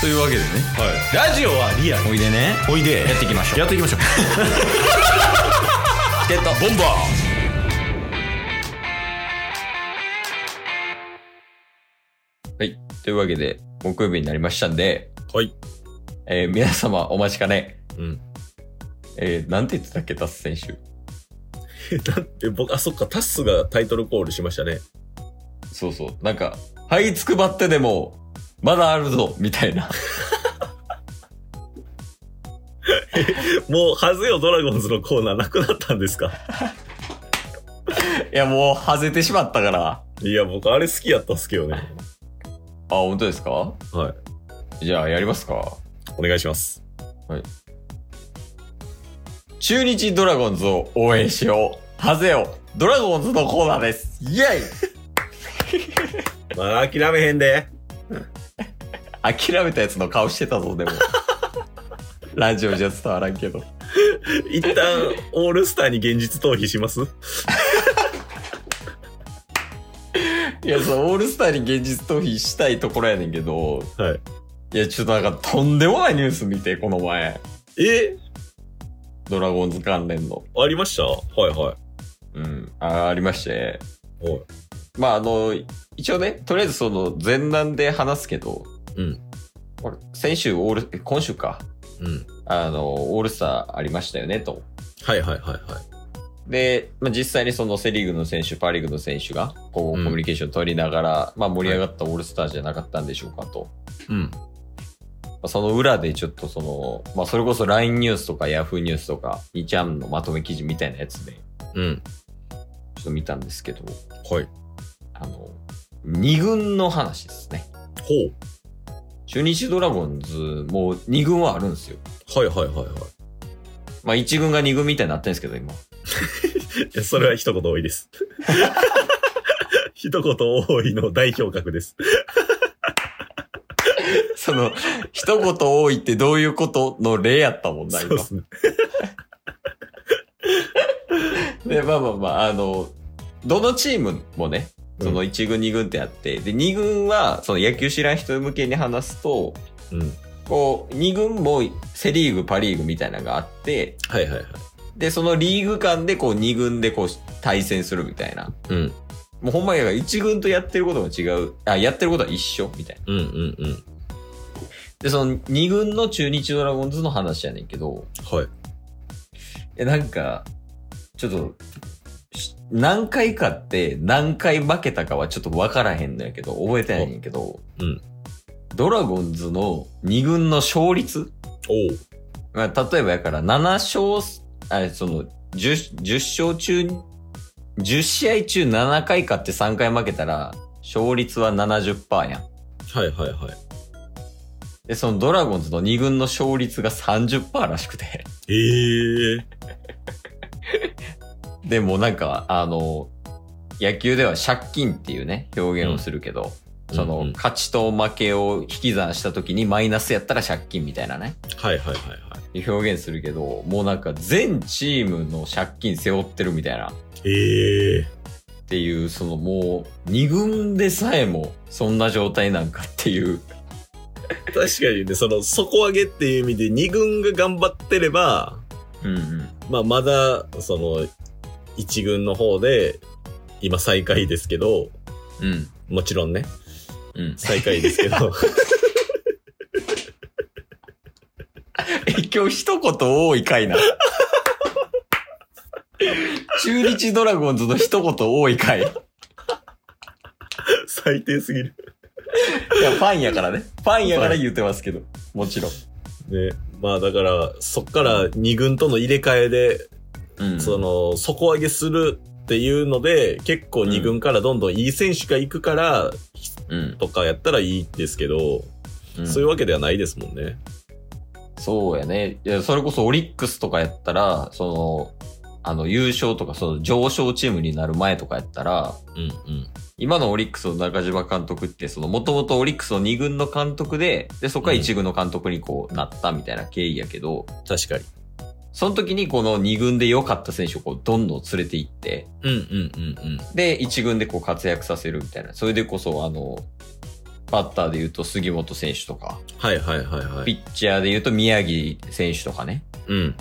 というわけでねラジオはリアルおいでねおいでやっていきましょうやっていきましょうチケットボンバーはい。というわけで、木曜日になりましたんで、はい。えー皆様お待ちかね。うん。えーなんて言ってたっけ、タス選手。 だって僕、あ、そっか、タッスがタイトルコールしましたね。そうそう。なんか、這いつくばってでも、まだあるぞ、み たいな。もう、ハゼよドラゴンズのコーナーなくなったんですかいや、もう、外れてしまったから。いや、僕、あれ好きやったっすけどね。あ、本当ですかはい。じゃあ、やりますか。お願いします。中日ドラゴンズを応援しよう。ハゼよ、ドラゴンズのコーナーです。イェイまあ、諦めへんで。諦めたやつの顔してたぞ、で も。ラジオじゃ伝わらんけど。一旦、オールスターに現実逃避しますいや、そう、オールスターに現実逃避したいところやねんけど、はい。いや、ちょっとなんかとんでもないニュース見て、この前。えドラゴンズ関連の。ありましたはいはい。うん。あありまして。おい。まあ、あの、一応ね、とりあえずその前段で話すけど、うん。まあ先週オール、え今週か。うん。あの、オールスターありましたよね、と。はいはいはいはい。で、まあ、実際にそのセ・リーグの選手、パ・リーグの選手がこううんコミュニケーション取りながら、まあ、盛り上がったオールスターじゃなかったんでしょうかと、うん。まあその裏でちょっとその、まあ、それこそ LINE ニュースとか Yahoo ニュースとか2ちゃんのまとめ記事みたいなやつでちうん。ょっと見たんですけどはい。あの2軍の話ですねほ中日ドラゴンズもう2軍はあるんですよ、う。はいはいはいはい。まあ、1軍が2軍みたいになってるんですけど今 いや、それは一言多いです。一言多いの代表格です。その一言多いってどういうことの例やったもんなそう今ですね。で、まあまあまあ、あの、どのチームもね、そのうん1軍、2軍ってあって、で、2軍は、その野球知らん人向けに話すと、うん。こう、2軍もセリーグ、パリーグみたいなのがあって、はいはいはい。で、そのリーグ間でこう2軍でこう対戦するみたいな。うん。もうほんまや1軍とやってることも違う。あ、やってることは一緒みたいな。うんうんうん。で、その2軍の中日ドラゴンズの話やねんけど、はい。え、なんか、ちょっと、し何回かって何回負けたかはちょっと分からへんのやけど、覚えてないんやけど、うん。ドラゴンズの2軍の勝率おう。まあ、例えばやから7勝、あその10、10勝中、10試合中7回勝って3回負けたら、勝率は70%やん。はいはいはい。で、そのドラゴンズの2軍の勝率が30%らしくて。 ええでもなんか、あの、野球では借金っていうね、表現をするけど、その、うんうん勝ちと負けを引き算した時にマイナスやったら借金みたいなね、はいはいはいはい。表現するけど、もうなんか全チームの借金背負ってるみたいな、っええていう、そのもう、二軍でさえもそんな状態なんかっていう、確かにね、その、底上げっていう意味で二軍が頑張ってれば、うんうん。まあまだ、その、一軍の方で、今最下位ですけど、うん。もちろんね、うん。最下位ですけ ど、 え今日一言多い回な。 中日ドラゴンズの一言多い回。最低すぎる。いや、ファンやからね。ファンやから言ってますけど。もちろん。ね、まあだから、そっから2軍との入れ替えで、うんその、底上げするっていうので、結構2軍からどんどんいい選手が行くから、うん。とかやったらいいんですけど、うんそういうわけではないですもんね。そうやね。いや、それこそオリックスとかやったら、その、あの、優勝とか、その上昇チームになる前とかやったら、うんうん。今のオリックスの中島監督って、その、もともとオリックスの2軍の監督で、で、そこから1軍の監督にこう、なったみたいな経緯やけど、確かに。その時にこの2軍で良かった選手をこう、どんどん連れて行って、うんうんうんうん。で、一軍でこう活躍させるみたいな。それでこそ、あの、バッターで言うと杉本選手とか、はいはいはいはい。ピッチャーで言うと宮城選手とかね。うん。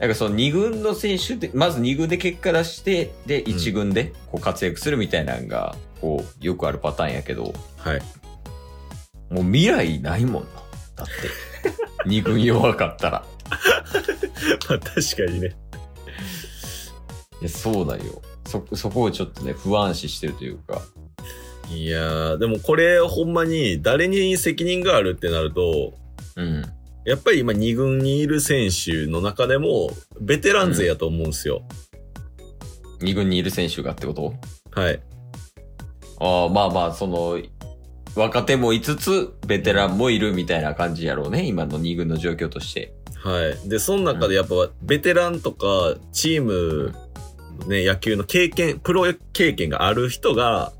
なんかその2軍の選手で、まず2軍で結果出して、で、ん1軍でこう活躍するみたいなのが、こう、よくあるパターンやけど、はい。 もう未来ないもんな。だって。2軍 弱かったら。まあ確かにね。いや、そうだよ。そ、そこをちょっとね、不安視してるというか。いやー、でもこれほんまに誰に責任があるってなると、うん。やっぱり今2軍にいる選手の中でも、ベテラン勢やと思うんですよ。 2軍にいる選手がってことはい。ああ、まあまあ、その、若手もいつつ、ベテランもいるみたいな感じやろうね。今の2軍の状況として。はい。で、その中でやっぱ、ベテランとか、チーム、ね、野球の経験、プロ経験がある人が、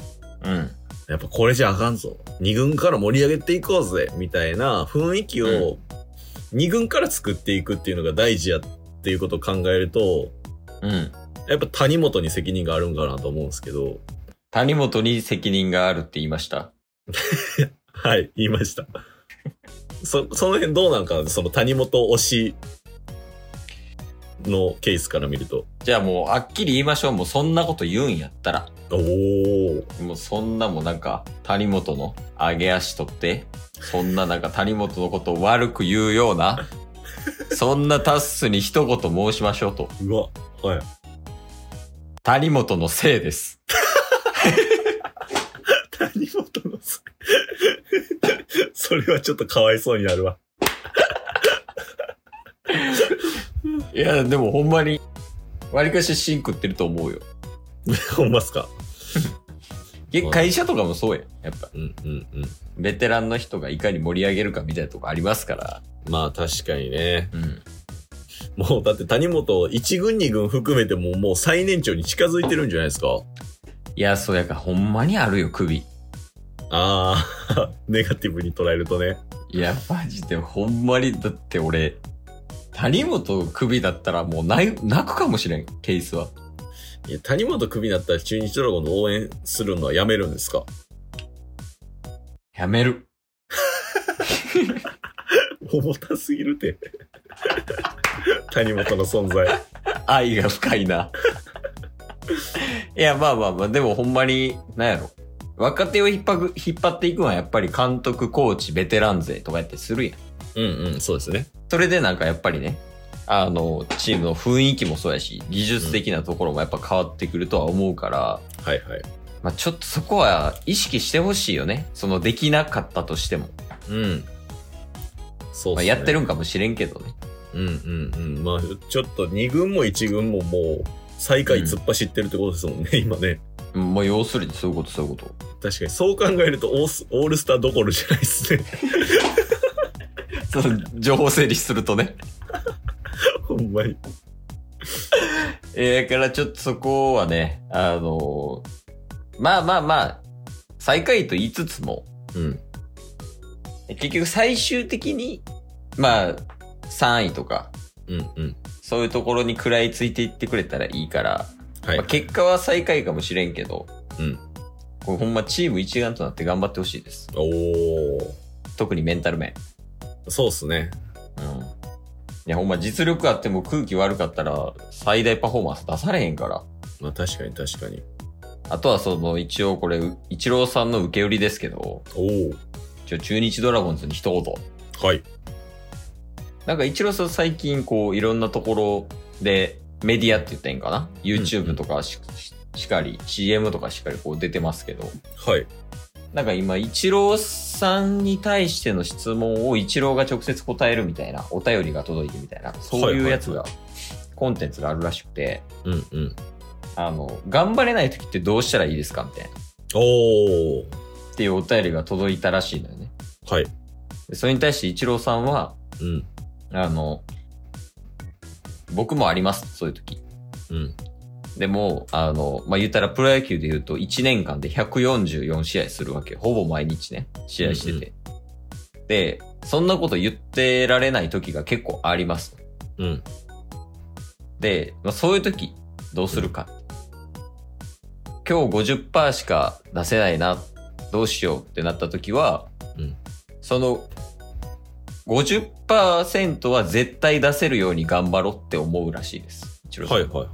うん。やっぱこれじゃあかんぞ。二軍から盛り上げていこうぜ。みたいな雰囲気うを、二軍から作っていくっていうのが大事やっていうことを考えると、うん。やっぱ谷本に責任があるんかなと思うんですけど、谷本に責任があるって言いました。はい、言いました。 そ、その辺どうなんかなその谷本推しのケースから見ると。じゃあもう、あっきり言いましょう。もうそんなこと言うんやったら。おー。もうそんなもんなんか、谷本の上げ足取って、そんななんか谷本のことを悪く言うような、 そんなタッスに一言申しましょうと。うわ、はい。谷本のせいです。谷本のせいそれ はちょっとかわいそうになるわ。いや、でもほんまに、割かしシンクってると思うよ。ほんますかげはい会社とかもそうや。やっぱ、うんうんうん。ベテランの人がいかに盛り上げるかみたいなとこありますから。まあ確かにね。うん。もうだって谷本1軍2軍含めてももう最年長に近づいてるんじゃないですかいや、そうやから、ほんまにあるよ、首。ああ、 ネガティブに捉えるとね。いや、マジで、ほんまに、だって俺、谷本首だったらもう泣い泣くかもしれん、ケースは。いや、谷本クビになったら中日ドラゴンの応援するのはやめるんですかやめる。重たすぎるて。 谷本の存在。愛が深いな。いや、まあまあまあ、でもほんまに、なんやろ。若手を引っ張く引っ張っていくのはやっぱり監督、コーチ、ベテラン勢とかやってするやん。うんうん、そうですね。それでなんかやっぱりね、あの、チームの雰囲気もそうやし、技術的なところもやっぱ変わってくるとは思うから、はいはい。まあちょっとそこは意識してほしいよね。そのできなかったとしても。うん。そうまあ、ですね。やってるんかもしれんけどね。うんうんうん。まあ、ちょっと2軍も1軍ももう、最下位突っ走ってるってことですもんね、 今ね。うんまあ、要するにそういうこと、そういうこと。確かに、そう考えるとオース、オールスターどころじゃないですね。 その情報整理するとね。ほんまに。えー、だからちょっとそこはね、あのーまあまあまあ、最下位と言いつつも、うん。結局最終的に、まあ、3位とか、うんうん。そういうところに食らいついていってくれたらいいから、はまあ、結果は最下位かもしれんけど、うん。これほんまチーム一丸となって頑張ってほしいです。おー。特にメンタル面。そうっすね。うん。いや、ほんま実力あっても空気悪かったら最大パフォーマンス出されへんから。まあ確かに確かに。あとはその一応これ、う一郎さんの受け売りですけど、おー。ちょ中日ドラゴンズに一言。はい。なんか一郎さん最近こういろんなところでメディアって言ったらいいんかな ?YouTube とかし,し、しかり、CM とかしっかりこう出てますけど、はい。なんか今一郎さんに対しての質問を一郎が直接答えるみたいな、お便りが届いてみたいな、そういうやつが、コンテンツがあるらしくて、うんうん。あの、頑張れない時ってどうしたらいいですかみたいな。おー。っていうお便りが届いたらしいのよね。はい。でそれに対して一郎さんは、うん。あの、僕もあります、そういう時。うん。でも、あの、まあ、言ったらプロ野球で言うと1年間で144試合するわけ。ほぼ毎日ね、試合してて。で、そんなこと言ってられない時が結構あります。うん。で、まあ、そういう時、どうするか。今日50%しか出せないなっどうしようってなった時は、うんその50%は絶対出せるように頑張ろうって思うらしいです。イチローさんはいはい。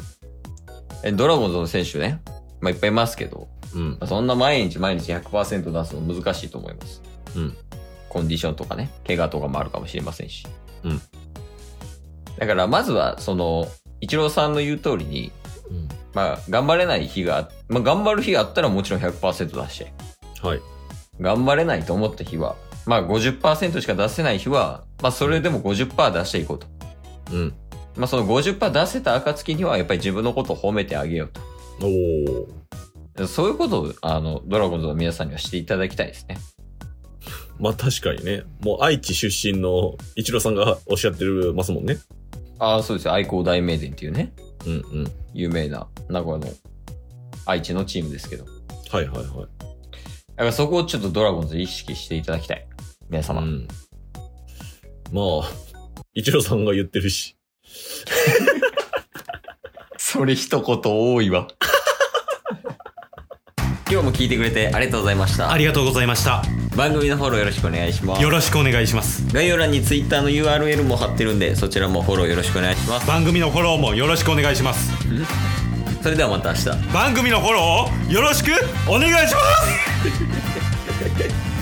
えドラゴンズの選手ね、まあ、いっぱいいますけど、うん。まあそんな毎日毎日100%出すの難しいと思います。うん。コンディションとかね、怪我とかもあるかもしれませんし。うん。だからまずは、その、イチローさんの言う通りに、うんまあ、頑張れない日が、まあ、頑張る日があったらもちろん100%出して、はい。頑張れないと思った日は、まあ50%しか出せない日は、まあそれでも50%出していこうと。うん。まあその50%出せた暁には、やっぱり自分のことを褒めてあげようおお。と。そういうことを、あの、ドラゴンズの皆さんにはしていただきたいですね。まあ確かにね。もう愛知出身の一郎さんがおっしゃってるますもんね。ああ、そうですよ。愛工大名電っていうね、うんうん。有名な名古屋の愛知のチームですけど。だはいはいはい。からそこをちょっとドラゴンズ意識していただきたい。皆様。うん。まあ、一郎さんが言ってるし。それ一言多いわ。 今日も聞いてくれてありがとうございましたあ。りがとうございました番組のフォローよろしくお願いしますよ。ろしくお願いします概要欄に Twitter の URL も貼ってるんで、そちらもフォローよろしくお願いします。番組のフォローもよろしくお願いしますそれではまた明日。番組のフォローをよろしくお願いします